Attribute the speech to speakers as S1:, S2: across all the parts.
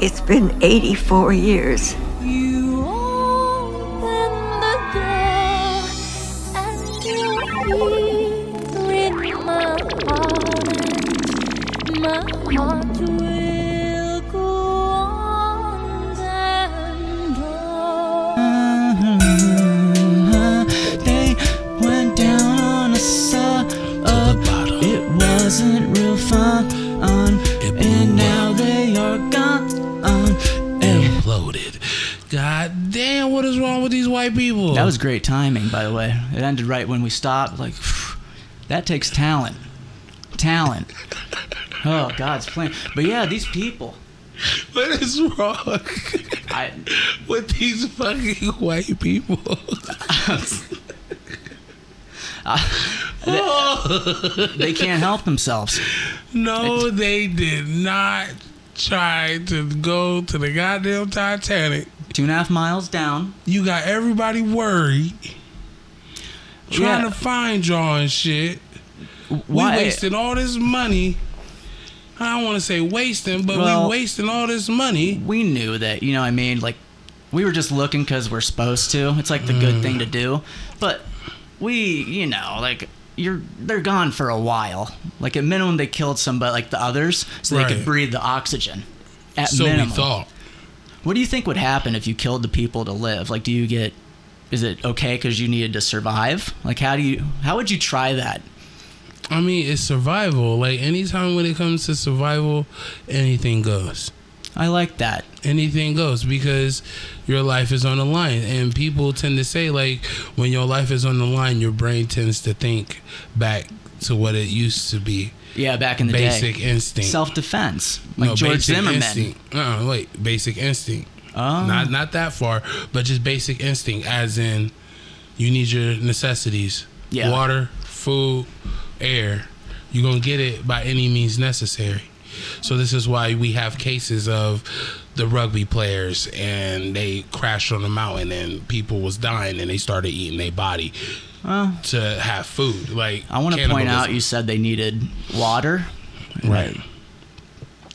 S1: It's been 84 years.
S2: You open the door and you enter in my heart. My heart will go on and on.
S3: They went down on a sub. It wasn't real fun. And now they are gone.
S4: Imploded. God damn, what is wrong with these white people?
S3: That was great timing, by the way. It ended right when we stopped. Like, phew, that takes talent. Talent. Oh, God's plan. But yeah, these people.
S4: what is wrong
S3: I,
S4: with these fucking white people?
S3: they can't help themselves.
S4: No, they did not try to go to the goddamn Titanic.
S3: Two and a half miles down.
S4: You got everybody worried trying
S3: Yeah.
S4: to find y'all and shit.
S3: Why?
S4: We wasting all this money. I don't want to say wasting, but
S3: Well-
S4: we wasting all this money.
S3: we knew that, you know what I mean? Like, we were just looking because we're supposed to. It's like the good
S4: Mm.
S3: thing to do. But we, you know, like, you're they're gone for a while. Like, at minimum, they killed somebody, like the others, so they
S4: Right.
S3: could breathe the oxygen. At
S4: So
S3: minimum.
S4: we thought.
S3: What do you think would happen if you killed the people to live? Like, do you get. Is it okay because you needed to survive? Like, how do you. How would you try that?
S4: I mean, it's survival. Like anytime when it comes to survival, anything goes.
S3: I like that.
S4: anything goes because your life is on the line and people tend to say like when your life is on the line your brain tends to think back to what it used to be
S3: Yeah, back in the
S4: basic
S3: day.
S4: instinct
S3: Self defense. Like George
S4: basic
S3: Zimmerman.
S4: instinct. no wait basic instinct
S3: Oh.
S4: not not that far but just basic instinct as in you need your necessities
S3: Yeah.
S4: water food air you're gonna get it by any means necessary so this is why we have cases of the rugby players and they crashed on a mountain and people was dying and they started eating their body to have food like
S3: I want to point out
S4: cannibalism.
S3: you said they needed water.
S4: right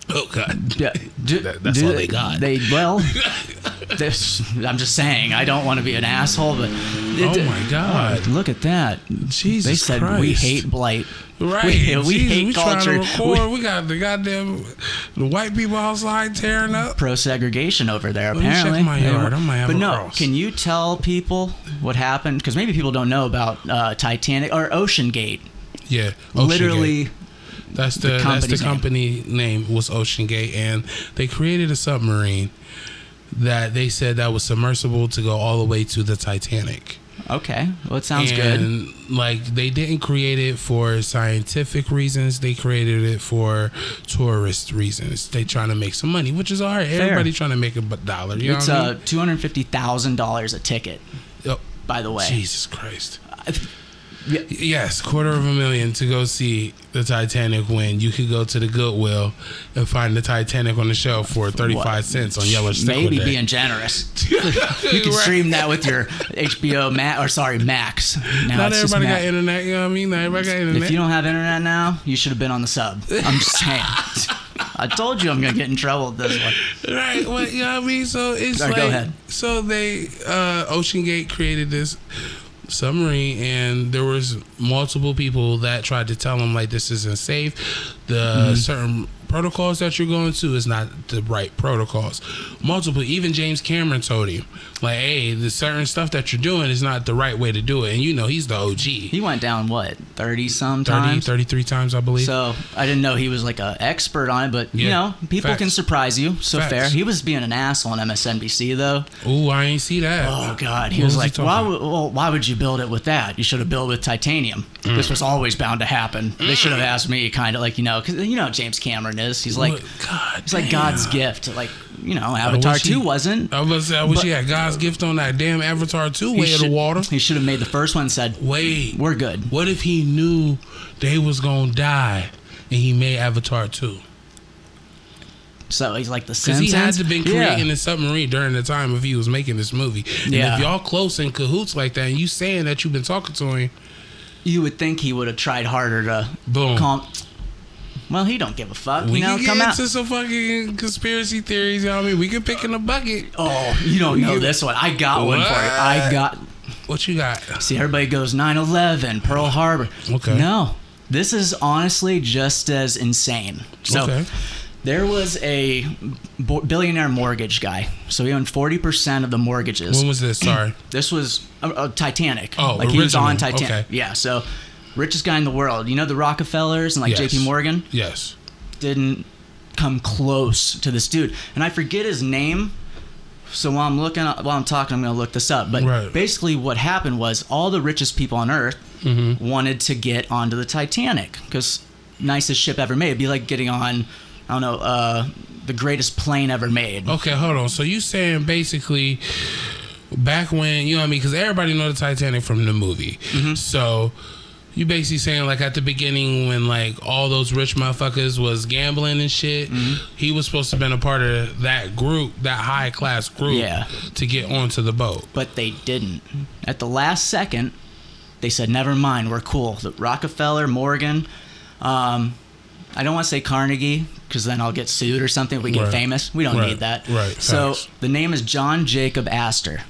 S4: oh god
S3: Yeah, do-
S4: That- that's
S3: do-
S4: all they got.
S3: They well, this, I'm just saying. I don't want to be an asshole, but
S4: Oh my God.
S3: look at that!
S4: Jesus
S3: they said we
S4: Christ.
S3: hate blight.
S4: Right.
S3: We, we
S4: Jesus,
S3: hate
S4: we
S3: culture.
S4: Trying to record. We, got the goddamn the white people outside tearing up.
S3: Pro segregation over there.
S4: me check
S3: Apparently,
S4: my yard. I might have
S3: but
S4: a
S3: no,
S4: cross.
S3: can you tell people what happened? Because maybe people don't know about uh, Titanic or Ocean Gate.
S4: Yeah. Ocean
S3: Literally,
S4: Gate. That's the, that's the
S3: company's name.
S4: company name. was Ocean Gate, and they created a submarine that they said that was submersible to go all the way to the Titanic.
S3: okay. Well, it sounds good.
S4: and like they didn't create it for scientific reasons they created it for tourist reasons they trying to make some money which is all right everybody trying to make a bu- dollar you
S3: It's
S4: know what I
S3: uh, two hundred fifty thousand dollars a ticket.
S4: mean? Oh,
S3: By the way,
S4: jesus christ
S3: Yeah.
S4: Yes, quarter of a million to go see the Titanic when you could go to the Goodwill and find the Titanic on the shelf for 35
S3: What?
S4: cents on Yellow Stick.
S3: maybe
S4: Day.
S3: being generous. You can
S4: Right.
S3: stream that with your HBO Ma or sorry Max. Now
S4: Not
S3: it's just
S4: everybody got
S3: Ma-
S4: internet, you know what I mean? Not everybody got internet.
S3: If you don't have internet now, you should have been on the sub. I'm just saying. I told you I'm gonna get in trouble with this one.
S4: right. Well, you know what I mean? So it's
S3: Sorry,
S4: like
S3: go ahead.
S4: so they uh Ocean Gate created this submarine and there was multiple people that tried to tell them like this isn't safe.
S3: Mm-hmm.
S4: The certain protocols that you're going to is not the right protocols. Multiple even James Cameron told him like hey, the certain stuff that you're doing is not the right way to do it and you know he's the OG.
S3: He went down what thirty some
S4: 30
S3: times.
S4: 33 times I believe.
S3: So I didn't know he was like a expert on it, but you
S4: Yeah.
S3: know people can
S4: Facts.
S3: surprise you. So
S4: Facts.
S3: fair. He was being an asshole on MSNBC though.
S4: Ooh, I ain't see that.
S3: Oh God, he
S4: What
S3: was,
S4: he
S3: like,
S4: talking
S3: why? Would,
S4: about?
S3: well, why would you build it with that? You should have built with titanium. This was always bound to happen. They should have asked me, kind of like you know, because you know how James Cameron is. He's like,
S4: God,
S3: it's like
S4: damn.
S3: God's gift. Like you know, Avatar
S4: wish he-
S3: Two wasn't.
S4: I was gonna say, I wish
S3: But-
S4: he had God's gift on that damn Avatar 2
S3: He
S4: way of the
S3: should-
S4: water.
S3: He should have made the first one. and Said
S4: Wait.
S3: we're good.
S4: What if he knew they was gonna die and he made Avatar 2?
S3: So he's like the
S4: Because
S3: Simpsons.
S4: he had to been creating
S3: yeah.
S4: the submarine during the time if he was making this movie. And
S3: Yeah.
S4: if y'all close in cahoots like that and you saying that you've been talking to him,
S3: You would think he would have tried harder to
S4: Boom.
S3: calm. Well, he don't give a fuck.
S4: We
S3: you know,
S4: can
S3: come
S4: get
S3: out.
S4: into some fucking conspiracy theories. You know what I mean? We can pick in a bucket.
S3: Oh, you don't know
S4: You-
S3: this one. I got one for you. I
S4: What?
S3: got.
S4: What you got?
S3: See, everybody goes 9 11, Pearl Harbor.
S4: Okay.
S3: No, this is honestly just as insane. So,
S4: Okay.
S3: there was a bo- billionaire mortgage guy. So, he owned 40% of the mortgages.
S4: When was this? Sorry.
S3: this was uh, uh, Titanic.
S4: Oh,
S3: like he was
S4: original.
S3: on Titanic.
S4: Okay.
S3: Yeah, so richest guy in the world. You know the Rockefellers and like
S4: Yes.
S3: JP Morgan?
S4: Yes.
S3: didn't come close to this dude. And I forget his name. So while I'm looking, while I'm talking, I'm gonna look this up. But
S4: Right.
S3: basically, what happened was all the richest people on Earth wanted to get onto the Titanic because nicest ship ever made. It'd be like getting on, I don't know, uh, the greatest plane ever made.
S4: Okay, hold on. So you saying basically back when you know what I mean? Because everybody know the Titanic from the movie.
S3: Mm-hmm.
S4: So you basically saying like at the beginning when like all those rich motherfuckers was gambling and shit,
S3: Mm-hmm.
S4: he was supposed to have been a part of that group, that high class group,
S3: Yeah.
S4: to get onto the boat.
S3: But they didn't. At the last second, they said, "Never mind, we're cool." The Rockefeller, Morgan. Um, I don't want to say Carnegie because then I'll get sued or something. If we get
S4: Right.
S3: famous, we don't
S4: Right.
S3: need that.
S4: Right.
S3: So
S4: Facts.
S3: the name is John Jacob Astor.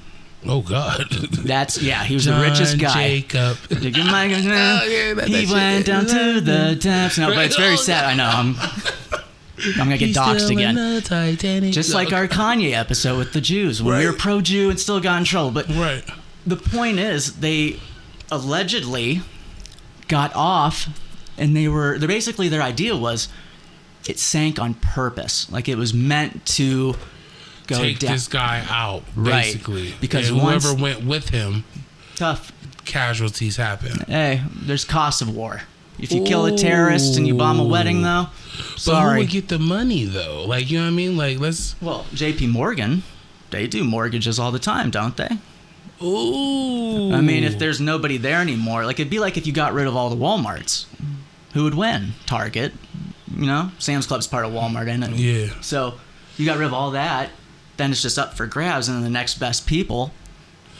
S4: Oh God,
S3: That's yeah. He was the richest guy.
S4: Jacob.
S3: Dig your mic-
S4: yeah, that-
S3: he
S4: that
S3: went
S4: shit.
S3: down to the depths. No, but it's very
S4: Oh,
S3: sad. I know. I'm, I'm gonna get doxxed again.
S4: Titanic.
S3: Just like our Kanye episode with the Jews, when we
S4: Right.
S3: were pro-Jew and still got in trouble. But
S4: right.
S3: the point is they allegedly got off and they were they basically their idea was it sank on purpose like it was meant to go
S4: Take
S3: down
S4: this guy out,
S3: Right.
S4: basically,
S3: Because
S4: and whoever
S3: once-
S4: went with him,
S3: tough
S4: casualties happen.
S3: hey there's cost of war if you kill a terrorist and you bomb a wedding though
S4: But who
S3: sorry
S4: would get the money though? Like you know what I mean? Like let's
S3: well jp morgan they do mortgages all the time don't they
S4: ooh.
S3: i mean if there's nobody there anymore like it'd be like if you got rid of all the walmarts who would win target you know sam's club's part of walmart isn't it
S4: yeah,
S3: So you got rid of all that, then it's just up for grabs, and then the next best people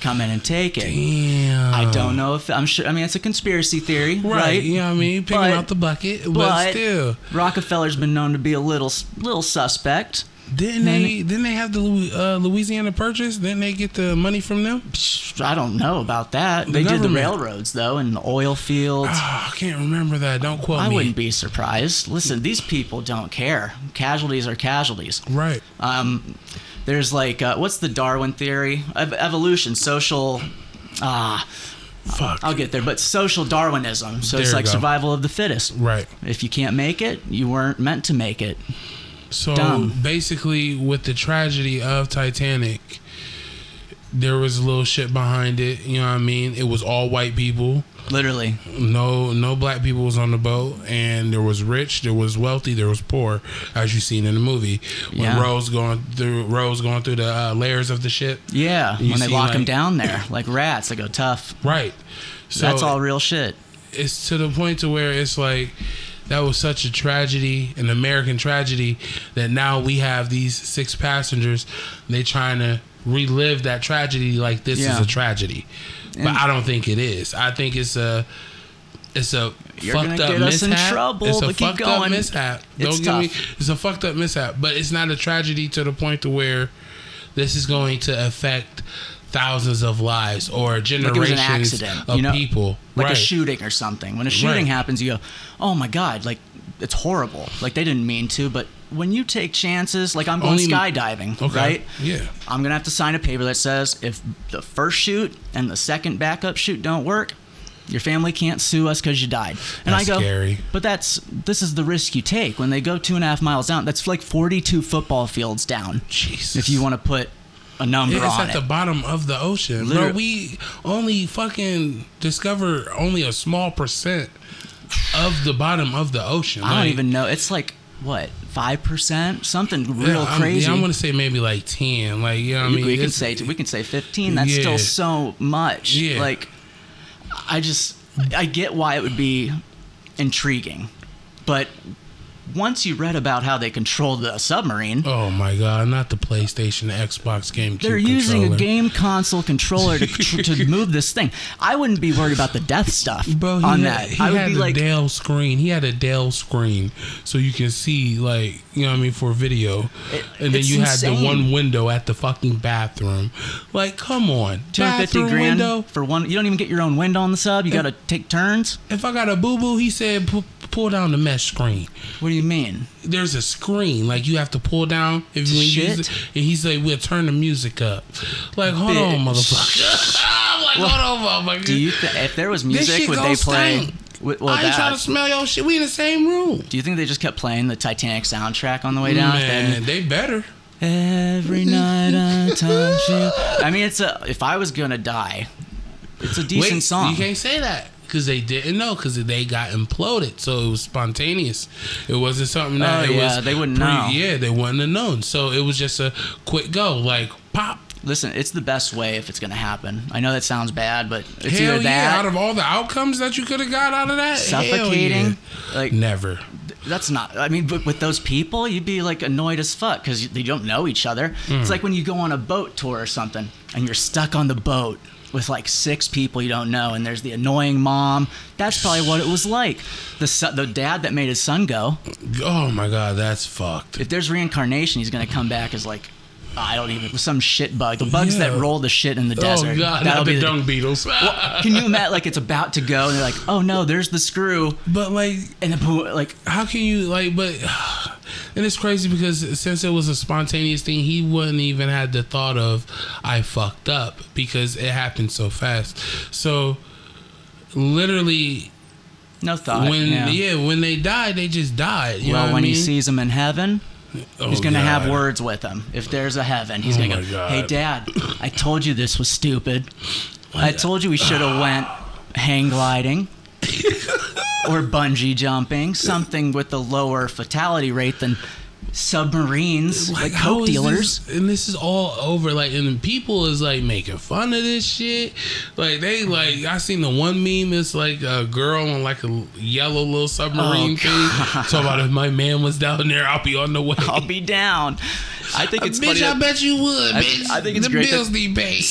S3: come in and take it.
S4: damn.
S3: I don't know if I'm sure. I mean, it's a conspiracy theory, right?
S4: Right, you know what I mean? Picking
S3: But-
S4: out the bucket, but,
S3: but-
S4: still,
S3: Rockefeller's been known to be a little little suspect.
S4: didn't they? Didn't they have the Louis- uh, Louisiana Purchase? Didn't they get the money from them?
S3: Psh, I don't know about that.
S4: The
S3: they did the
S4: government.
S3: railroads though, and the oil fields.
S4: Ah, I can't remember that. Don't quote
S3: I
S4: me.
S3: wouldn't be surprised. Listen, these people don't care. Casualties are casualties.
S4: Right.
S3: Um, there's like uh, what's the Darwin theory? Ev- evolution, social. Ah,
S4: Fuck.
S3: I'll get there, but social Darwinism. So it's
S4: There you
S3: like
S4: go.
S3: survival of the fittest.
S4: right.
S3: If you can't make it, you weren't meant to make it.
S4: So
S3: Dumb.
S4: basically, with the tragedy of Titanic, there was a little shit behind it. You know what I mean? It was all white people.
S3: Literally.
S4: No, no black people was on the boat, and there was rich, there was wealthy, there was poor, as you seen in the movie when
S3: Yeah.
S4: Rose going through Rose going through the uh, layers of the ship.
S3: Yeah.
S4: You
S3: when they
S4: see,
S3: lock them
S4: like-
S3: down there, like rats, they go tough.
S4: Right. So
S3: That's all real shit.
S4: it's to the point to where it's like that was such a tragedy, an American tragedy, that now we have these six passengers. They trying to relive that tragedy like this
S3: Yeah.
S4: is a tragedy, but I don't think it is. I think it's a it's a
S3: You're gonna
S4: fucked up
S3: get us in
S4: mishap.
S3: trouble,
S4: it's a
S3: but keep
S4: fucked up
S3: going.
S4: mishap. Don't
S3: It's
S4: get me.
S3: tough.
S4: It's a fucked up mishap, but it's not a tragedy to the point to where this is going to affect thousands of lives or
S3: Like it was an
S4: generations
S3: accident.
S4: of
S3: you know?
S4: people.
S3: Like a
S4: Right.
S3: shooting or something. When a shooting
S4: Right.
S3: happens, you go, oh my God, like it's horrible. Like they didn't mean to, but when you take chances, like I'm going
S4: Only-
S3: skydiving,
S4: Okay.
S3: right?
S4: Yeah.
S3: I'm gonna have to sign a paper that says if the first shoot and the second backup shoot don't work, your family can't sue us because you died. And
S4: That's
S3: I go,
S4: scary.
S3: but that's this is the risk you take when they go two and a half miles down. That's like 42 football fields down.
S4: Jesus.
S3: If you want to put a number
S4: It's
S3: on
S4: at
S3: it,
S4: the bottom of the ocean.
S3: Literally.
S4: Bro, we only fucking discover only a small percent of the bottom of the ocean.
S3: I
S4: Like,
S3: don't even know. It's like what five percent, something
S4: yeah,
S3: real
S4: I'm-
S3: crazy.
S4: Yeah, I'm gonna say maybe like ten. Like you know what I mean?
S3: we can
S4: It's-
S3: say we can say 15. That's
S4: Yeah.
S3: still so much.
S4: Yeah.
S3: Like, I just I get why it would be intriguing, but once you read about how they controlled the submarine,
S4: Oh my god! Not the PlayStation, the Xbox, GameCube.
S3: they're using a
S4: controller.
S3: game console controller to, contr- to move this thing. I wouldn't be worried about the death stuff
S4: Bro, he
S3: on
S4: had,
S3: that.
S4: He
S3: I would
S4: had
S3: be
S4: the
S3: like,
S4: Dell screen. He had a Dell screen, so you can see, like, you know what I mean, for video. and then
S3: it's
S4: you had
S3: insane.
S4: the one window at the fucking bathroom. Like, come on,
S3: 250
S4: bathroom
S3: grand
S4: window.
S3: for one. You don't even get your own window on the sub. You got to take turns.
S4: If I got a boo boo, he said, "Pu- pull down the mesh screen.
S3: What do you mean?
S4: There's a screen, like you have to pull down if you
S3: Shit.
S4: use it. And he's like, we'll turn the music up. Like, hold on,
S3: Bitch.
S4: motherfucker. I'm like, hold on, motherfucker.
S3: Do you th- if there was
S4: This
S3: music,
S4: shit
S3: would
S4: gonna
S3: they play?
S4: stink.
S3: Would, well,
S4: I ain't
S3: that-
S4: trying to smell your shit. We in the same room.
S3: do you think they just kept playing the Titanic soundtrack on the way down?
S4: Man, they better.
S3: Then, Every night I touch you. I mean, it's a. If I was gonna die, it's a decent
S4: Wait,
S3: song.
S4: You can't say that because they didn't know because they got imploded, so it was spontaneous. It wasn't something
S3: Oh,
S4: that it
S3: yeah,
S4: was.
S3: they wouldn't know.
S4: Yeah, they wouldn't have known. So it was just a quick go, like pop.
S3: Listen, it's the best way if it's gonna happen. I know that sounds bad, but it's
S4: hell
S3: either
S4: yeah!
S3: that
S4: Out of all the outcomes that you could have got out of that, hell yeah.
S3: suffocating. Like
S4: Never.
S3: that's not. I mean, but with those people, you'd be like annoyed as fuck because they don't know each other.
S4: Mm-hmm.
S3: It's like when you go on a boat tour or something, and you're stuck on the boat with like six people you don't know, and there's the annoying mom. That's probably what it was like. The son, the dad that made his son go.
S4: Oh my god, that's fucked.
S3: If there's reincarnation, he's gonna come back as like. I don't even some shit bug. The bugs
S4: Yeah.
S3: that roll the shit in the desert.
S4: oh god,
S3: That'll
S4: not
S3: be
S4: the
S3: the-
S4: dung beetles.
S3: Can you imagine? Like it's about to go, and they're like, "Oh no, there's the screw,"
S4: but like,
S3: and the poo- like
S4: how can you like? But and it's crazy because since it was a spontaneous thing, he wouldn't even had the thought of I fucked up because it happened so fast. So literally,
S3: no thought.
S4: when
S3: yeah.
S4: yeah. when they died, they just died. You know
S3: well,
S4: what
S3: when
S4: I
S3: he
S4: mean?
S3: sees him in heaven,
S4: Oh,
S3: he's gonna have
S4: God.
S3: words with him. If there's a heaven, he's
S4: Oh
S3: gonna
S4: my
S3: go,
S4: God.
S3: "Hey, Dad, I told you this was stupid. I told you we should have went hang gliding." or bungee jumping, something with a lower fatality rate than submarines, like,
S4: how
S3: coke
S4: is
S3: dealers.
S4: this- and this is all over. Like, and the people is like making fun of this shit. Like, they like, I seen the one meme. It's like a girl on like a yellow little submarine
S3: Oh,
S4: thing. Talking about if my man was down there, I'll be on the way.
S3: I'll be down. I think it's
S4: bitch,
S3: Oh, funny.
S4: I
S3: that-
S4: bet you would.
S3: I-
S4: bitch,
S3: I think it's
S4: the
S3: great that-
S4: bills need paid.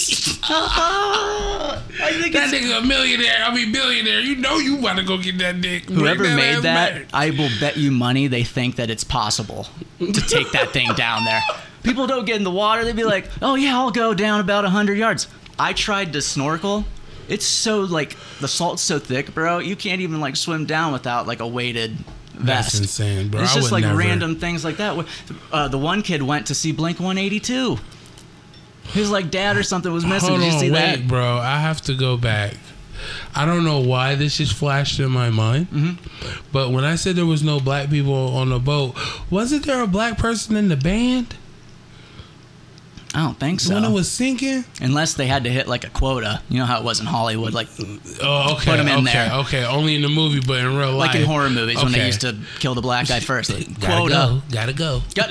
S3: I think
S4: that
S3: it's
S4: nigga a millionaire. I'll be billionaire. You know you want to go get that dick. Bring
S3: Whoever
S4: ass
S3: made that,
S4: back.
S3: I will bet you money they think that it's possible to take that thing down there. People don't get in the water. They'd be like, oh, yeah, I'll go down about 100 yards. I tried to snorkel. It's so, like, the salt's so thick, bro. You can't even, like, swim down without, like, a weighted vest.
S4: That's insane, bro.
S3: It's
S4: I
S3: just,
S4: would
S3: like,
S4: never-
S3: random things like that. Uh, the one kid went to see Blink 182. His, like, dad or something was missing.
S4: Hold
S3: Did you
S4: on,
S3: see
S4: wait,
S3: that?
S4: bro. I have to go back. I don't know why this just flashed in my mind,
S3: Mm-hmm.
S4: but when I said there was no black people on the boat, wasn't there a black person in the band
S3: I don't think so.
S4: when it was sinking?
S3: Unless they had to hit, like, a quota. You know how it was in Hollywood. Like,
S4: Oh, okay,
S3: Put 'em in
S4: okay,
S3: there.
S4: okay. Only in the movie, but in real life,
S3: like in horror movies when they
S4: Okay.
S3: used to kill the black guy first. Like,
S4: Gotta
S3: quota.
S4: go, gotta go.
S3: Got-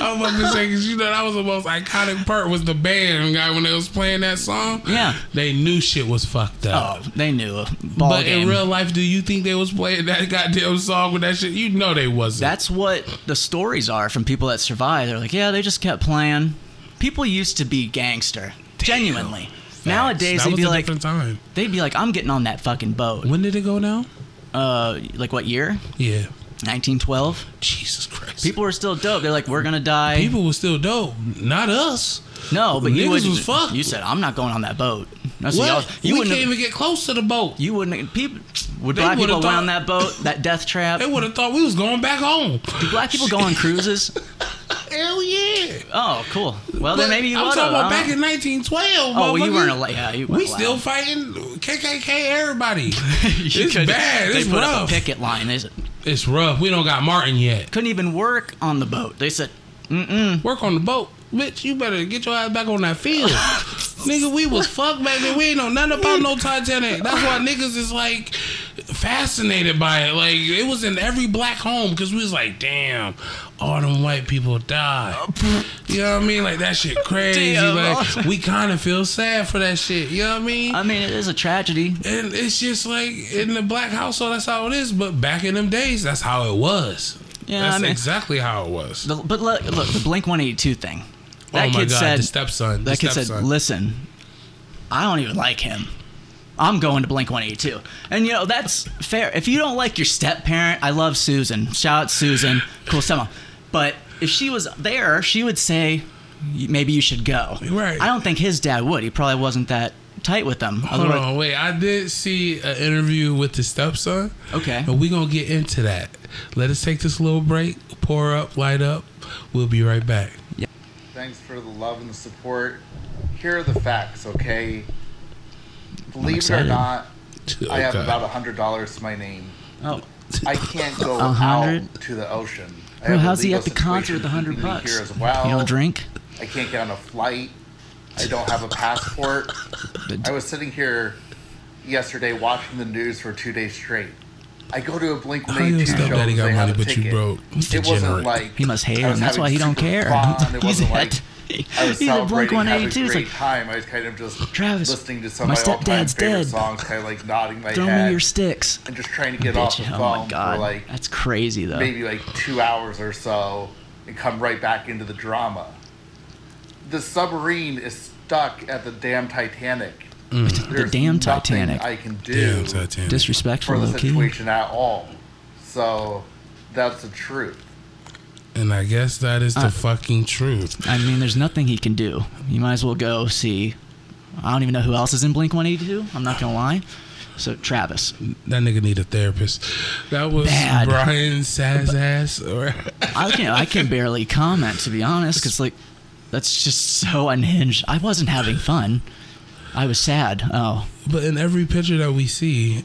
S4: I was about to say 'cause you know that was the most iconic part was the band guy when they was playing that song.
S3: Yeah.
S4: they knew shit was fucked up.
S3: oh, they knew. Ball
S4: but
S3: game.
S4: in real life, do you think they was playing that goddamn song with that shit? You know they wasn't.
S3: That's what the stories are from people that survive. They're like, yeah, they just kept playing. People used to be gangster, genuinely. Nowadays
S4: That
S3: they'd
S4: was
S3: be
S4: a
S3: like,
S4: different time.
S3: they'd be like, I'm getting on that fucking boat.
S4: When did it go down?
S3: Uh, like what year?
S4: Yeah.
S3: 1912.
S4: Jesus Christ. People,
S3: People were still dope. They're like, we're gonna die.
S4: people were still dope. Not us.
S3: no, but
S4: niggas
S3: you
S4: was fucked.
S3: would. You said, I'm not going on that boat. That's what y'all-
S4: What?
S3: you
S4: we
S3: wouldn't.
S4: can't
S3: have-
S4: even get close to the boat.
S3: You wouldn't. People would
S4: They
S3: black
S4: would've
S3: people went on that
S4: thought-
S3: boat, that death trap.
S4: They would have thought we was going back home.
S3: Do black people go on cruises?
S4: Hell yeah.
S3: Oh, cool. Well,
S4: But
S3: then maybe you
S4: I'm
S3: would
S4: talking
S3: have.
S4: about
S3: I
S4: back
S3: don't-
S4: in 1912.
S3: Oh, well, you
S4: motherfucker.
S3: weren't allowed. Yeah, you weren't
S4: We still
S3: allowed.
S4: fighting KKK everybody.
S3: You
S4: it's
S3: couldn't-
S4: bad.
S3: They
S4: It's
S3: put up
S4: rough.
S3: a picket line. They said,
S4: It's rough. We don't got Martin yet.
S3: couldn't even work on the boat. They said,
S4: Work on the boat. Bitch, you better get your ass back on that field. nigga, we was fucked, baby. We ain't know nothing about no Titanic. That's why niggas is like, fascinated by it. Like it was in every black home because we was like, damn, all them white people died. You know what I mean? Like that shit crazy.
S3: Damn,
S4: like we kind of feel sad for that shit. You know what I mean?
S3: I mean, it is a tragedy.
S4: and it's just like in the black household, that's how it is. But back in them days, that's how it was.
S3: Yeah,
S4: that's
S3: I mean-
S4: exactly how it was.
S3: The, but look, look, the Blink 182 thing. That
S4: oh my
S3: kid
S4: god,
S3: said,
S4: the stepson. The
S3: that kid
S4: stepson.
S3: said, listen, I don't even like him. I'm going to Blink 182. And, you know, that's fair. If you don't like your step parent, I love Susan. Shout out Susan. Cool stepmom. But if she was there, she would say, maybe you should go.
S4: Right.
S3: I don't think his dad would. He probably wasn't that tight with them.
S4: Hold on, wait. I did see an interview with the stepson.
S3: Okay.
S4: But we gonna get into that. Let us take this little break, pour up, light up. We'll be right back.
S5: Thanks for the love and the support. Here are the facts, okay? Believe it or
S3: excited.
S5: not, I have
S4: Okay.
S5: about a hundred dollars to my name.
S3: Oh,
S5: I can't go
S3: A hundred?
S5: out to the ocean. I
S3: Bro,
S5: have a
S3: how's he
S5: legal
S3: at the concert with a
S5: situation
S3: hundred
S5: keeping me
S3: bucks?
S5: Here as well.
S3: You don't drink?
S5: I can't get on a flight. I don't have a passport. I was sitting here yesterday watching the news for two days straight. I go to a Blink
S4: How your
S5: 182 show.
S4: stepdaddy
S5: and
S4: got
S5: they have
S4: money,
S5: a
S4: but you
S5: ticket.
S4: broke?
S5: It
S4: Degenerate.
S5: wasn't like
S3: He must hate
S5: I was
S3: him. That's
S5: having
S3: why he don't
S5: super
S3: care.
S5: fun. It
S3: He's
S5: wasn't like
S3: at.
S5: I was
S3: He's at Blink
S5: celebrating having a
S3: 182.
S5: great
S3: He's like,
S5: time. I was kind of just
S3: Travis,
S5: listening to some
S3: my
S5: of my all-time
S3: stepdad's
S5: favorite
S3: dead.
S5: songs, kind of like nodding my
S3: throw
S5: head
S3: me your sticks.
S5: and just trying to get off the
S3: Bitch,
S5: phone
S3: oh my
S5: for
S3: god,
S5: like
S3: that's crazy though.
S5: maybe like two hours or so and come right back into the drama. The submarine is stuck at the damn Titanic.
S3: Mm. The
S5: There's
S3: damn
S5: nothing
S3: Titanic.
S5: I can do
S4: Damn, Titanic.
S3: Disrespectful,
S5: for the
S3: low key.
S5: situation at all. So that's the truth.
S4: and I guess that is the
S3: Uh,
S4: fucking truth.
S3: I mean, there's nothing he can do. You might as well go see. I don't even know who else is in Blink 182. I'm not gonna lie. So Travis,
S4: That nigga need a therapist. That was
S3: Bad.
S4: Brian Sazass. Or
S3: I can I can barely comment to be honest, because like that's just so unhinged. I wasn't having fun. I was sad. Oh,
S4: but in every picture that we see,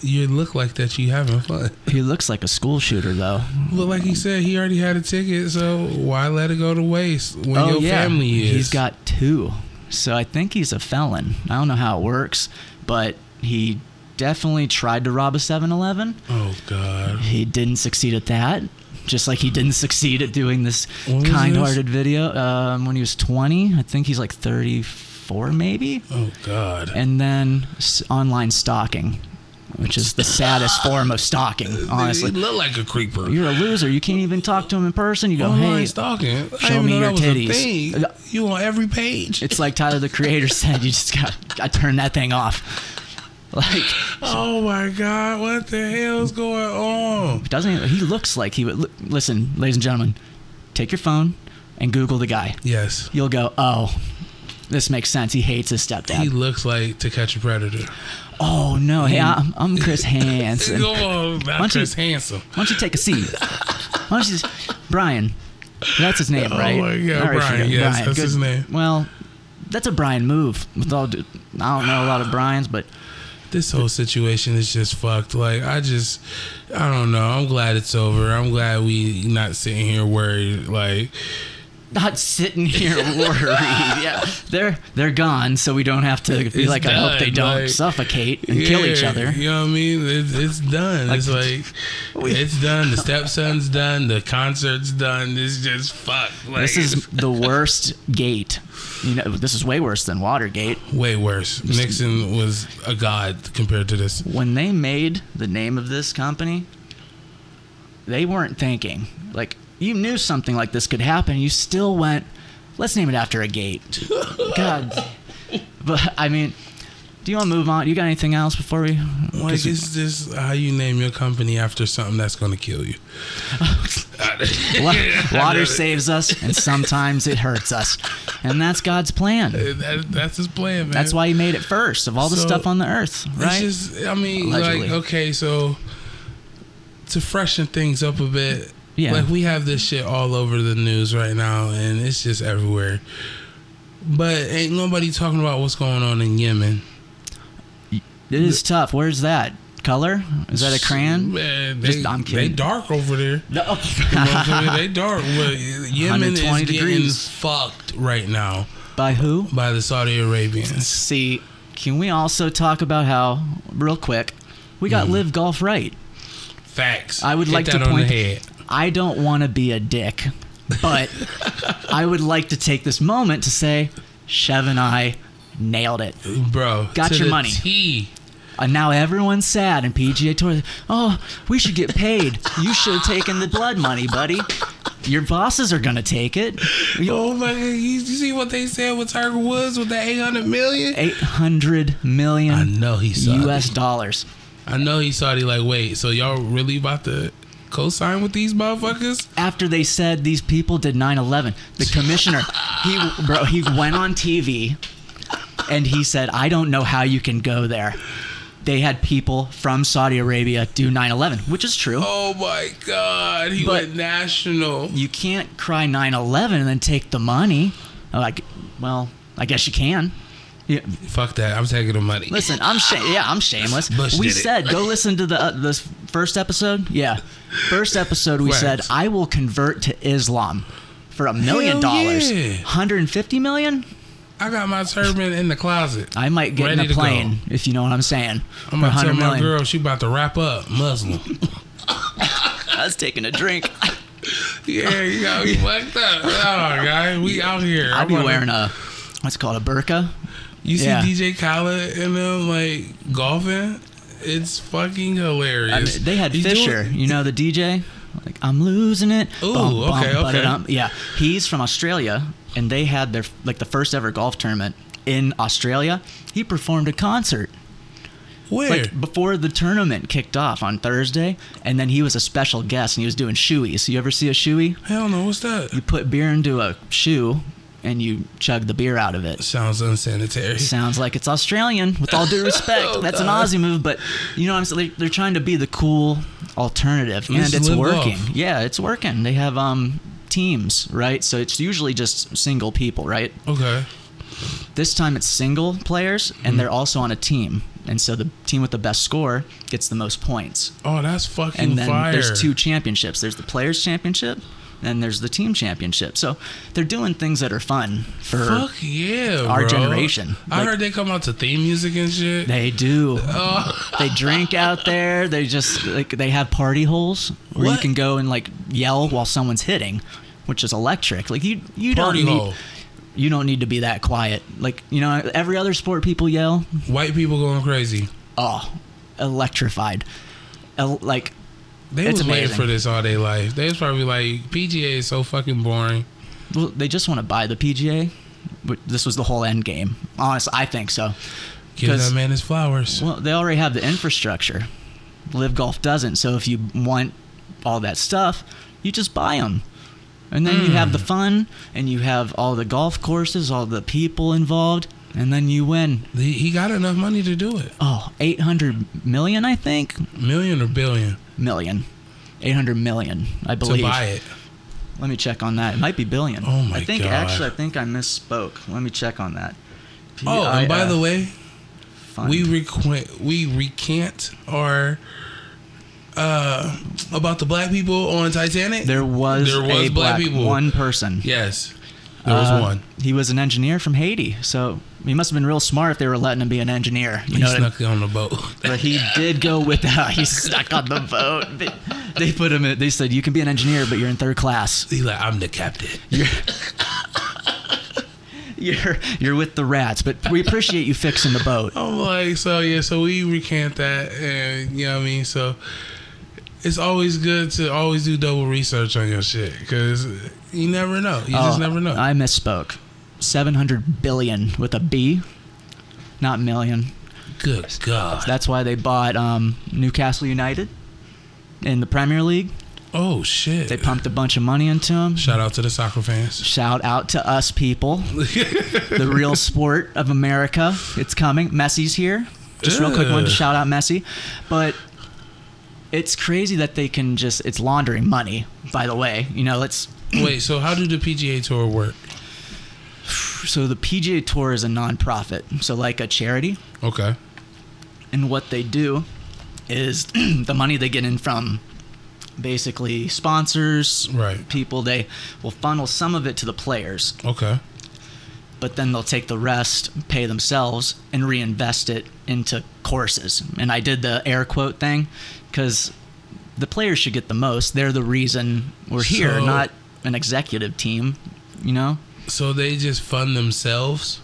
S4: you look like that you having fun.
S3: he looks like a school shooter though.
S4: But like he said, he already had a ticket, so why let it go to waste when
S3: oh
S4: your
S3: yeah,
S4: family is?
S3: he's got two. So I think he's a felon. I don't know how it works, but he definitely tried to rob a 7-Eleven.
S4: Oh God.
S3: he didn't succeed at that just like he didn't succeed at doing this
S4: When was
S3: kind-hearted video um, when he was 20 i think he's like 34 maybe
S4: Oh God.
S3: and then s- online stalking which is the saddest form of stalking
S4: He
S3: honestly
S4: look like a creeper.
S3: you're a loser you can't even talk to him in person you go
S4: Online
S3: hey
S4: stalking. I
S3: show
S4: didn't
S3: me
S4: know
S3: your
S4: that was a
S3: titties.
S4: thing.
S3: Uh,
S4: You on every page.
S3: it's like tyler the creator said you just got i turn that thing off like
S4: oh my God! What the hell's going on?
S3: doesn't he, he looks like he would li- listen ladies and gentlemen take your phone and google the guy
S4: Yes.
S3: you'll go, oh, this makes sense. He hates his
S4: He
S3: stepdad.
S4: looks like to catch a predator.
S3: oh no, hey, I'm, I'm Chris Hansen.
S4: Go
S3: Why
S4: on, not
S3: don't you-
S4: Chris Handsome.
S3: don't you take a seat? Why don't you, just, Brian? That's his name,
S4: Oh,
S3: right?
S4: my God,
S3: All
S4: Brian,
S3: forget-
S4: yes, that's his name.
S3: Well, that's a Brian move. With all, due- I don't know a lot of Brians, but
S4: This whole situation is just fucked. Like I just, I don't know. I'm glad it's over. I'm glad we not sitting here worried. Like
S3: not sitting here worried. yeah, they're they're gone, so we don't have to be
S4: It's
S3: like, I hope they
S4: done,
S3: don't
S4: like-
S3: suffocate and kill each
S4: Yeah,
S3: other.
S4: You know what I mean? It's, it's done. it's like it's done. The stepson's done. The concert's done. It's just fucked. Like,
S3: This is the worst gate. You know, this is way worse than Watergate.
S4: way worse. Nixon was a god compared to this.
S3: when they made the name of this company, they weren't thinking. Like, you knew something like this could happen. You still went, let's name it after a gate. God. But, I mean, do you want to move on? You got anything else before we.
S4: Like it's just how you name your company after something that's going to kill you.
S3: Wa-
S4: I
S3: Water
S4: know.
S3: saves us, and sometimes it hurts us. And that's God's plan.
S4: That, that's his plan, man.
S3: That's why He made it first of all the
S4: So,
S3: stuff on the earth, right?
S4: It's just, I mean,
S3: Allegedly.
S4: like, okay, so to freshen things up a bit,
S3: Yeah.
S4: like we have this shit all over the news right now, and it's just everywhere. But ain't nobody talking about what's going on in Yemen.
S3: it is tough. Where's that? Color? Is that a crayon?
S4: Man, they,
S3: Just- I'm
S4: they
S3: kidding.
S4: dark over there.
S3: No.
S4: You know what I'm saying? they dark. Well, Yemen is
S3: 120
S4: getting
S3: degrees.
S4: fucked right now
S3: By who?
S4: by the Saudi Arabians.
S3: See, can we also talk about how, real quick, We got
S4: Mm-hmm.
S3: live golf right.
S4: Facts.
S3: I would
S4: Hit
S3: like
S4: that
S3: to
S4: on
S3: point.
S4: the head.
S3: I don't want to be a dick, but I would like to take this moment to say, Chev and I nailed it.
S4: bro.
S3: Got
S4: to
S3: your
S4: the
S3: money.
S4: T.
S3: And Uh, now everyone's sad and PGA Tour. Oh, we should get paid. You should have taken the blood money, buddy. Your bosses are gonna take it.
S4: Oh my! You, you see what they said with Tiger Woods with that eight hundred million?
S3: Eight hundred
S4: I
S3: million
S4: know he saw.
S3: U.S. dollars.
S4: I know he saw. it, He like, wait. So y'all really about to co-sign with these motherfuckers?
S3: after they said these people did 9/11, the commissioner, he bro, he went on TV and he said, "I don't know how you can go there." They had people from Saudi Arabia do 9/11, which is true.
S4: Oh my God! He
S3: But-
S4: went national.
S3: You can't cry 9/11 and then take the money. I'm Like, well, I guess you can. Yeah,
S4: Fuck that! I'm taking the money.
S3: listen, I'm sh- yeah, I'm shameless.
S4: Bush
S3: we
S4: did it.
S3: said go listen to the uh, this first episode. Yeah, first episode we
S4: Right.
S3: said I will convert to Islam for a million
S4: Hell
S3: dollars,
S4: yeah.
S3: 150 million.
S4: I got my turban in the closet.
S3: I might get
S4: Ready
S3: in
S4: to
S3: a
S4: go.
S3: plane if you know what I'm saying. for
S4: I'm gonna tell
S3: 100
S4: my
S3: million.
S4: girl she about to wrap up Muslim.
S3: I was taking a drink.
S4: yeah, you got me fucked up. Oh, guy, we out here.
S3: I'd
S4: I'm
S3: be
S4: gonna-
S3: wearing a what's it called a burqa.
S4: You see
S3: Yeah.
S4: DJ Khaled and them like golfing? It's
S3: I mean,
S4: fucking hilarious.
S3: they had
S4: He's doing-
S3: Fisher, you know the DJ. Like I'm losing it.
S4: Ooh, okay,
S3: ba-da-dum.
S4: okay.
S3: Yeah, he's from Australia, and they had their like the first ever golf tournament in Australia. He performed a concert
S4: Where?
S3: like before the tournament kicked off on Thursday, and then he was a special guest and he was doing shoeies. You ever see a shoey?
S4: Hell no, what's that?
S3: You put beer into a shoe, and you chug the beer out of it.
S4: Sounds unsanitary.
S3: Sounds like it's Australian. With all due respect,
S4: Oh,
S3: that's an
S4: God.
S3: Aussie move, but you know what I'm saying? They're, they're trying to be the cool alternative, and
S4: Let's
S3: it's
S4: live
S3: working.
S4: off.
S3: Yeah, it's working. They have um teams, right? So it's usually just single people, right?
S4: okay.
S3: This time it's single players,
S4: Mm-hmm.
S3: and they're also on a team. And so the team with the best score gets the most points.
S4: Oh, that's fucking
S3: And then
S4: fire.
S3: there's two championships. There's the players championship, and there's the team championship. So they're doing things that are fun for
S4: Fuck yeah,
S3: our
S4: bro.
S3: generation.
S4: I
S3: Like-
S4: heard they come out to theme music and shit.
S3: They do. They drink out there. They just like they have party holes where you
S4: What?
S3: can go and like yell while someone's hitting, which is electric. Like you you
S4: Party
S3: don't need
S4: hole.
S3: you don't need to be that quiet. Like you know every other sport people yell.
S4: White people going crazy.
S3: Oh, electrified. El- like
S4: They
S3: It's
S4: was waiting
S3: amazing.
S4: for this all day life. They was probably like, PGA is so fucking boring.
S3: well, they just want to buy the PGA. But this was the whole end game. Honestly, I think so.
S4: Give
S3: 'Cause-
S4: that man his flowers.
S3: Well, they already have the infrastructure. Live Golf doesn't. So if you want all that stuff, you just buy them. And then you have
S4: Mm.
S3: the fun, and you have all the golf courses, all the people involved, and then you win.
S4: He, he got enough money to do it.
S3: Oh, 800 million, I think?
S4: Million or billion
S3: Million. 800 million, I
S4: to
S3: believe.
S4: buy it.
S3: Let me check on that. It might be billion.
S4: Oh my
S3: I think
S4: God.
S3: actually, I think I misspoke. Let me check on that.
S4: Oh, and by the
S3: PIF
S4: way,
S3: fund.
S4: we recant we recant our uh about the black people on Titanic.
S3: there was,
S4: there was
S3: a
S4: black
S3: black
S4: people.
S3: one person.
S4: yes, there was
S3: Uh,
S4: one.
S3: He was an engineer from Haiti, so he must have been real smart if they were letting him be an engineer. You
S4: He
S3: know,
S4: snuck on the boat.
S3: but he did go with that. He stuck on the boat. But They put him. in, They said you can be an engineer, but you're in third class.
S4: He like I'm the captain.
S3: You're you're, you're with the rats. But we appreciate you fixing the boat.
S4: I'm like so yeah. So we recant that, and you know what I mean. So it's always good to always do double research on your shit because you never know. You just
S3: Oh,
S4: never know.
S3: I misspoke. Seven hundred billion with a B, not million.
S4: good God.
S3: That's why they bought um, Newcastle United in the Premier League.
S4: Oh shit.
S3: They pumped a bunch of money into him.
S4: Shout out to the soccer fans.
S3: Shout out to us people, the real sport of America. It's coming. Messi's here. Just real quick, wanted to
S4: Ugh.
S3: shout out Messi, but it's crazy that they can just—it's laundering money. By the way, you know, let's.
S4: Wait, so how do the PGA Tour work?
S3: So the PGA Tour is a nonprofit, so like a charity,
S4: Okay.
S3: and what they do is the money they get in from basically sponsors,
S4: Right.
S3: people. They will funnel some of it to the players,
S4: Okay.
S3: but then they'll take the rest, pay themselves, and reinvest it into courses. And I did the air quote thing because the players should get the most. They're the reason we're here,
S4: So-
S3: not an executive team, you know?
S4: So they just fund themselves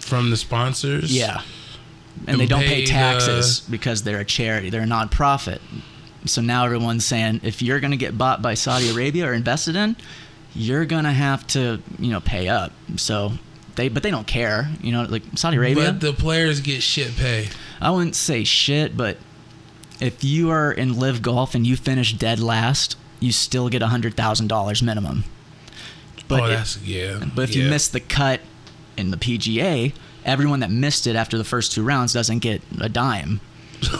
S4: from the sponsors.
S3: Yeah. And they don't
S4: pay
S3: pay
S4: the-
S3: taxes because they're a charity, they're a nonprofit. So now everyone's saying if you're going to get bought by Saudi Arabia or invested in, you're going to have to, you know, pay up. So they but they don't care, you know, like Saudi Arabia.
S4: But the players get shit pay.
S3: I wouldn't say shit, but if you are in live golf and you finish dead last, you still get $100,000 minimum. But
S4: oh,
S3: it-
S4: that's yeah.
S3: but if
S4: yeah.
S3: you miss the cut in the PGA, everyone that missed it after the first two rounds doesn't get a dime.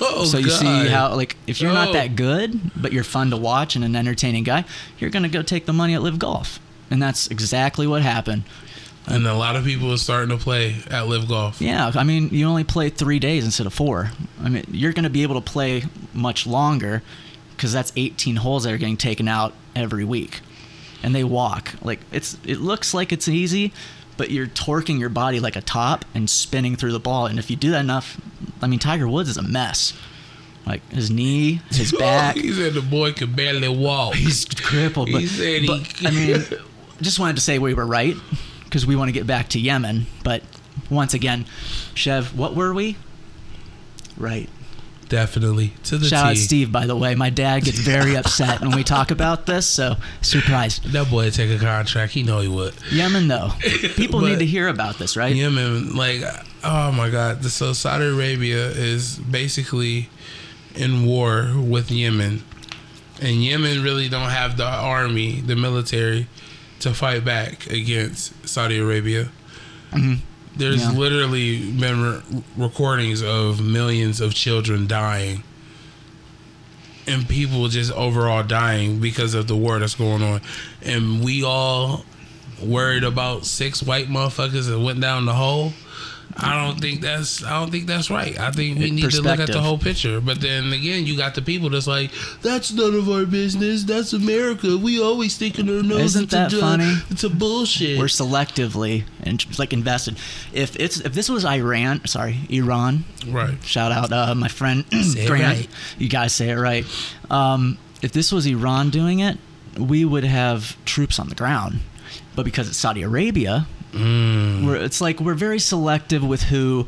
S4: oh,
S3: so you
S4: God.
S3: see how like if you're
S4: Oh.
S3: not that good, but you're fun to watch and an entertaining guy, you're gonna go take the money at Live Golf, and that's exactly what happened.
S4: and a lot of people are starting to play at Live Golf.
S3: Yeah, I mean, you only play three days instead of four. I mean, you're going to be able to play much longer because that's 18 holes that are getting taken out every week, and they walk. Like it's, it looks like it's easy, but you're torquing your body like a top and spinning through the ball. And if you do that enough, I mean, Tiger Woods is a mess. Like his knee, his back,
S4: he said the boy could barely walk.
S3: he's crippled. But,
S4: He said he
S3: but,
S4: could-
S3: I mean, just wanted to say we were right because we want to get back to Yemen. But once again, Chev, what were we? Right.
S4: Definitely to the
S3: Shout out
S4: T.
S3: Steve, by the way. My dad gets very upset when we talk about this, so surprise.
S4: That boy take a contract. He know he would.
S3: Yemen, though, people
S4: But-
S3: need to hear about this, right?
S4: Yeah, man. Like, oh my God. So Saudi Arabia is basically in war with Yemen, and Yemen really don't have the army, the military, to fight back against Saudi Arabia. There's
S3: Yeah.
S4: literally been re- recordings of millions of children dying. And people just overall dying because of the war that's going on, and we all worried about six white motherfuckers that went down the hole. I don't think that's I don't think that's right. I think we need to look at the
S3: Perspective.
S4: whole picture. But then again, you got the people that's like, "That's none of our business. That's America. We always sticking our nose
S3: Isn't
S4: into
S3: that
S4: the-
S3: funny?
S4: It's a bullshit."
S3: We're selectively and like invested. If it's if this was Iran, sorry, Iran,
S4: right.
S3: Shout out uh, my friend
S4: it
S3: Grant.
S4: right.
S3: You guys say it right. Um, if this was Iran doing it, we would have troops on the ground. But because it's Saudi Arabia,
S4: Mm.
S3: we're, it's like we're very selective with who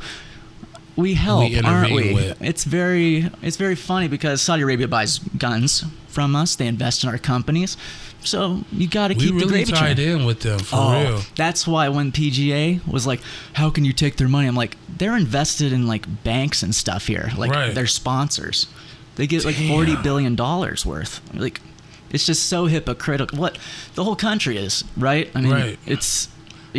S3: we help,
S4: We
S3: aren't
S4: intervene
S3: we?
S4: with.
S3: It's very it's very funny because Saudi Arabia buys guns from us. They invest in our companies, so you got to
S4: We
S3: keep the
S4: really
S3: gravy train.
S4: tied in with them for
S3: Oh,
S4: real.
S3: that's why when PGA was like, "How can you take their money?" I'm like, "They're invested in like banks and stuff here. Like
S4: Right.
S3: they're sponsors. They get like forty billion dollars worth. Like it's just so hypocritical. What the whole country is, right? I mean,
S4: Right.
S3: it's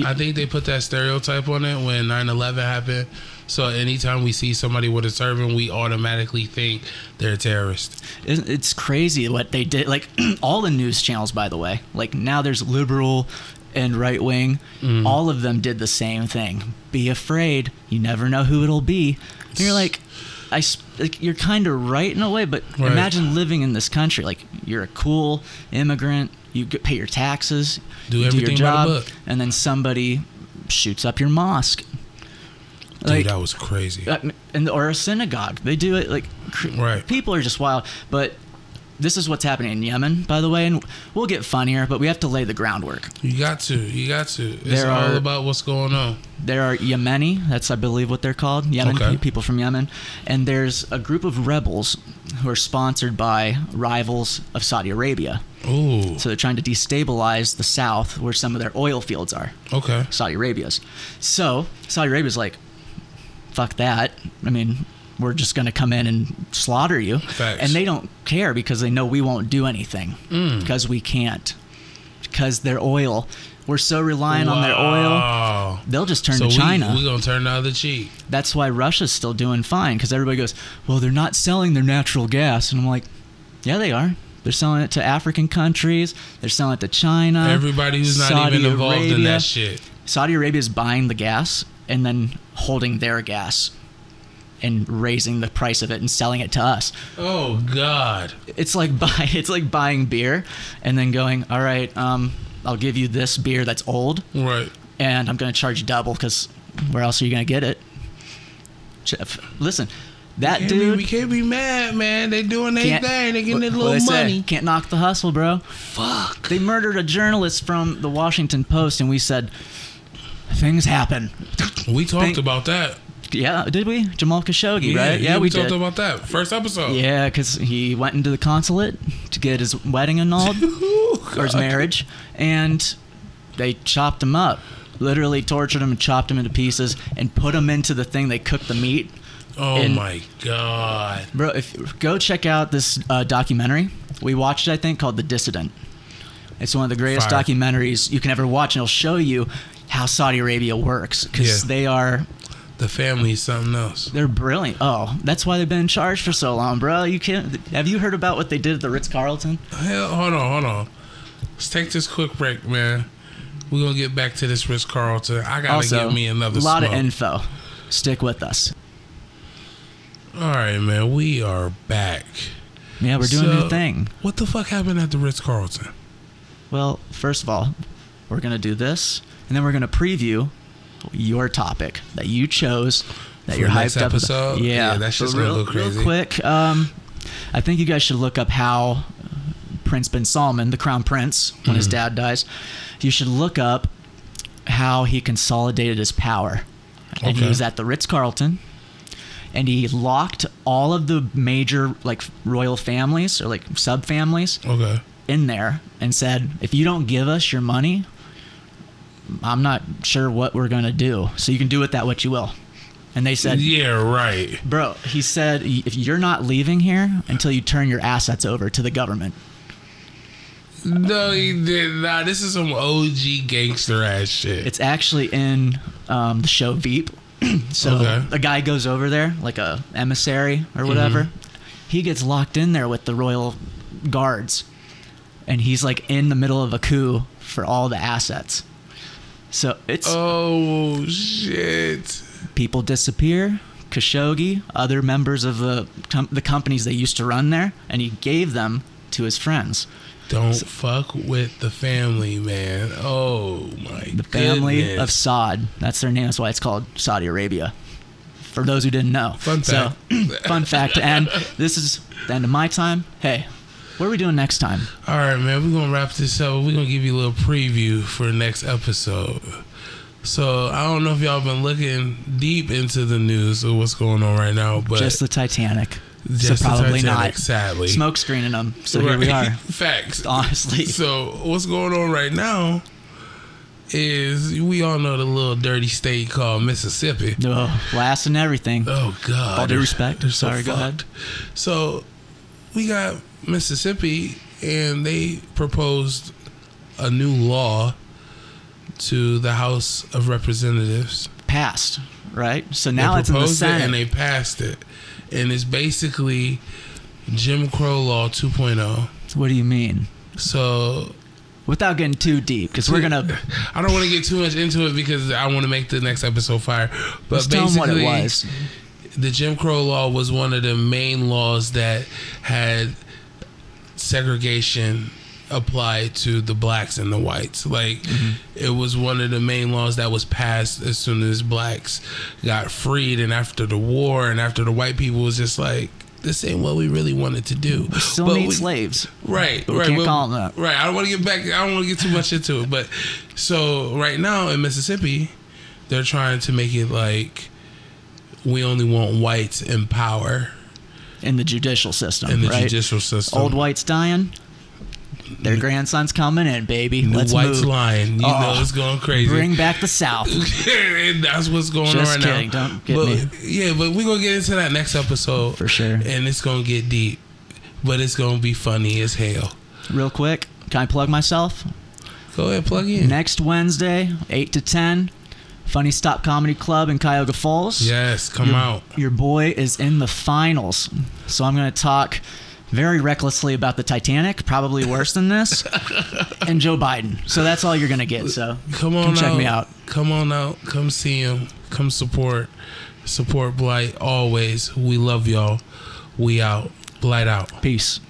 S4: I think they put that stereotype on it when 9/11 happened. So anytime we see somebody with a turban, we automatically think they're a terrorist.
S3: it- it's crazy what they did. Like all the news channels, by the way, like now there's liberal and right wing.
S4: Mm-hmm.
S3: All of them did the same thing. Be afraid. You never know who it'll be. And you're like, I. s- Like, you're kind of right in a way, but
S4: Right.
S3: imagine living in this country. Like you're a cool immigrant. You get, pay your taxes.
S4: Do
S3: you
S4: everything by the book.
S3: and then somebody shoots up your mosque.
S4: Dude, that was crazy.
S3: Uh, and or a synagogue. They do it like cr-
S4: Right.
S3: people are just wild. But this is what's happening in Yemen, by the way, and we'll get funnier, but we have to lay the groundwork.
S4: You got to. You got to. It's
S3: There
S4: all
S3: are-
S4: about what's going on.
S3: There are Yemeni, that's I believe what they're called, Yemen
S4: Okay.
S3: pe- people from Yemen, and there's a group of rebels who are sponsored by rivals of Saudi Arabia.
S4: Ooh.
S3: So they're trying to destabilize the south where some of their oil fields are.
S4: Okay.
S3: Saudi Arabia's. So Saudi Arabia's like, fuck that. I mean, we're just going to come in and slaughter you.
S4: Facts. Mm.
S3: And they don't care because they know we won't do anything because we can't. Because their oil, we're so reliant on their oil,
S4: Wow.
S3: they'll just turn
S4: So
S3: to China.
S4: we we gonna turn the other cheek.
S3: That's why Russia's still doing fine because everybody goes, well, they're not selling their natural gas. And I'm like, yeah, they are. They're selling it to African countries. They're selling it to China.
S4: Everybody who's not
S3: Saudi
S4: even involved in
S3: Arabia.
S4: that shit.
S3: Saudi Arabia is buying the gas and then holding their gas and raising the price of it and selling it to us.
S4: Oh God.
S3: It's like buy it's like buying beer and then going, "All right, um, I'll give you this beer that's old
S4: Right.
S3: and I'm going to charge you double because where else are you going to get it? Jeff, listen, that
S4: Can't be-
S3: dude.
S4: we can't be mad, man. They doing their
S3: can't-
S4: thing. They getting their
S3: what-
S4: little
S3: what they say,
S4: money.
S3: can't knock the hustle, bro.
S4: Fuck.
S3: They murdered a journalist from the Washington Post, and we said things happen.
S4: We talked
S3: Think-
S4: about that.
S3: Yeah, did we? Jamal Khashoggi, right? Yeah,
S4: we,
S3: we
S4: talked
S3: did.
S4: about that first episode.
S3: Yeah, because he went into the consulate to get his wedding annulled or his marriage, and they chopped him up. Literally tortured him and chopped him into pieces and put him into the thing they cooked the meat.
S4: Oh
S3: And-
S4: my god.
S3: Bro, if go check out this uh, documentary we watched, it, I think, called The Dissident. It's one of the greatest
S4: Fire.
S3: documentaries you can ever watch, and it'll show you how Saudi Arabia works because
S4: Yeah.
S3: they are
S4: The family is something else.
S3: They're brilliant. Oh, that's why they've been in charge for so long, bro. You can't. Have you heard about what they did at the Ritz Carlton?
S4: Hell, hold on, hold on. Let's take this quick break, man. We're gonna get back to this Ritz Carlton. I gotta
S3: Also,
S4: get me another
S3: a lot
S4: smoke.
S3: of info. Stick with us.
S4: All right, man. We are back.
S3: Yeah, we're doing a
S4: So,
S3: new thing.
S4: What the fuck happened at the Ritz Carlton?
S3: Well, first of all, we're gonna do this, and then we're gonna preview your topic that you chose. That
S4: For
S3: you're
S4: next
S3: hyped up. about.
S4: episode?
S3: Yeah,
S4: Yeah, that's
S3: but
S4: just gonna
S3: real,
S4: go crazy.
S3: Real quick, um, I think you guys should look up how Prince bin Salman, the crown prince, when
S4: Mm-hmm.
S3: his dad dies, you should look up how he consolidated his power. And
S4: Okay.
S3: he was at the Ritz Carlton, and he locked all of the major like royal families or like sub families
S4: Okay.
S3: in there and said, if you don't give us your money, I'm not sure what we're going to do. So you can do with that what you will. And they said,
S4: Yeah, right.
S3: bro, he said, if you're not leaving here until you turn your assets over to the government.
S4: No, he did not. This is some OG gangster ass shit.
S3: It's actually in um, the show Veep. so
S4: Okay.
S3: a guy goes over there, like a emissary or whatever.
S4: Mm-hmm.
S3: He gets locked in there with the royal guards, and he's like in the middle of a coup for all the assets. So it's
S4: oh shit.
S3: people disappear. Khashoggi, other members of the com- the companies that used to run there, and he gave them to his friends.
S4: Don't fuck with the family, man. Oh my
S3: The family of
S4: goodness.
S3: Saud. That's their name. That's why it's called Saudi Arabia. For those who didn't know.
S4: Fun
S3: So, fun fact. And this is the end of my time. Hey, what are we doing next time?
S4: All right, man. We're gonna wrap this up. We're gonna give you a little preview for the next episode. So I don't know if y'all been looking deep into the news or what's going on right now, but
S3: Just the Titanic.
S4: Just
S3: so
S4: the
S3: probably
S4: Titanic,
S3: not.
S4: sadly.
S3: Smoke screening them. So here we
S4: Right.
S3: are.
S4: Facts.
S3: Honestly.
S4: So what's going on right now is we all know the little dirty state called Mississippi.
S3: No, blast and everything.
S4: Oh God!
S3: All due respect.
S4: They're so
S3: Sorry, go ahead.
S4: fucked. So we got Mississippi, and they proposed a new law to the House of Representatives.
S3: Passed, right? So
S4: They
S3: now it's in the
S4: proposed it
S3: Senate.
S4: and they passed it, and it's basically Jim Crow Law 2.0.
S3: What do you mean?
S4: So
S3: Without getting too deep, because we're gonna
S4: I don't want to get too much into it because I want to make the next episode fire. But
S3: just tell them what
S4: basically,
S3: it was.
S4: the Jim Crow law was one of the main laws that had segregation applied to the blacks and the whites. Like it was one of the main laws that was passed as soon as blacks got freed and after the war and after the white people was just like this ain't what we really wanted to do.
S3: Still
S4: But
S3: need
S4: we-
S3: slaves.
S4: Right,
S3: we
S4: right.
S3: can't call them that.
S4: Right. I don't want to get back. I don't want to get too much into it. But so right now in Mississippi, they're trying to make it like we only want whites in power
S3: in the judicial system.
S4: in the
S3: right?
S4: judicial system.
S3: Old whites dying. Their grandson's coming in, baby.
S4: the
S3: Let's
S4: whites
S3: move.
S4: lying. You
S3: Oh.
S4: know it's going crazy.
S3: Bring back the South.
S4: And that's what's going
S3: Just
S4: on right
S3: kidding,
S4: now.
S3: don't get
S4: but,
S3: me.
S4: Yeah, but we're gonna get into that next episode
S3: For sure.
S4: and it's gonna get deep, but it's gonna be funny as hell.
S3: Real quick, can I plug myself?
S4: Go ahead, plug in.
S3: Next Wednesday, eight to ten, Funny Stop Comedy Club in Cuyahoga Falls.
S4: Yes, come out.
S3: Your boy is in the finals, so I'm going to talk very recklessly about the Titanic, probably worse than this, and Joe Biden. So that's all you're going to get. So
S4: Come on
S3: come check
S4: out.
S3: me out.
S4: Come on out. Come see him. Come support. Support Blight always. We love y'all. We out. Blight out.
S3: Peace.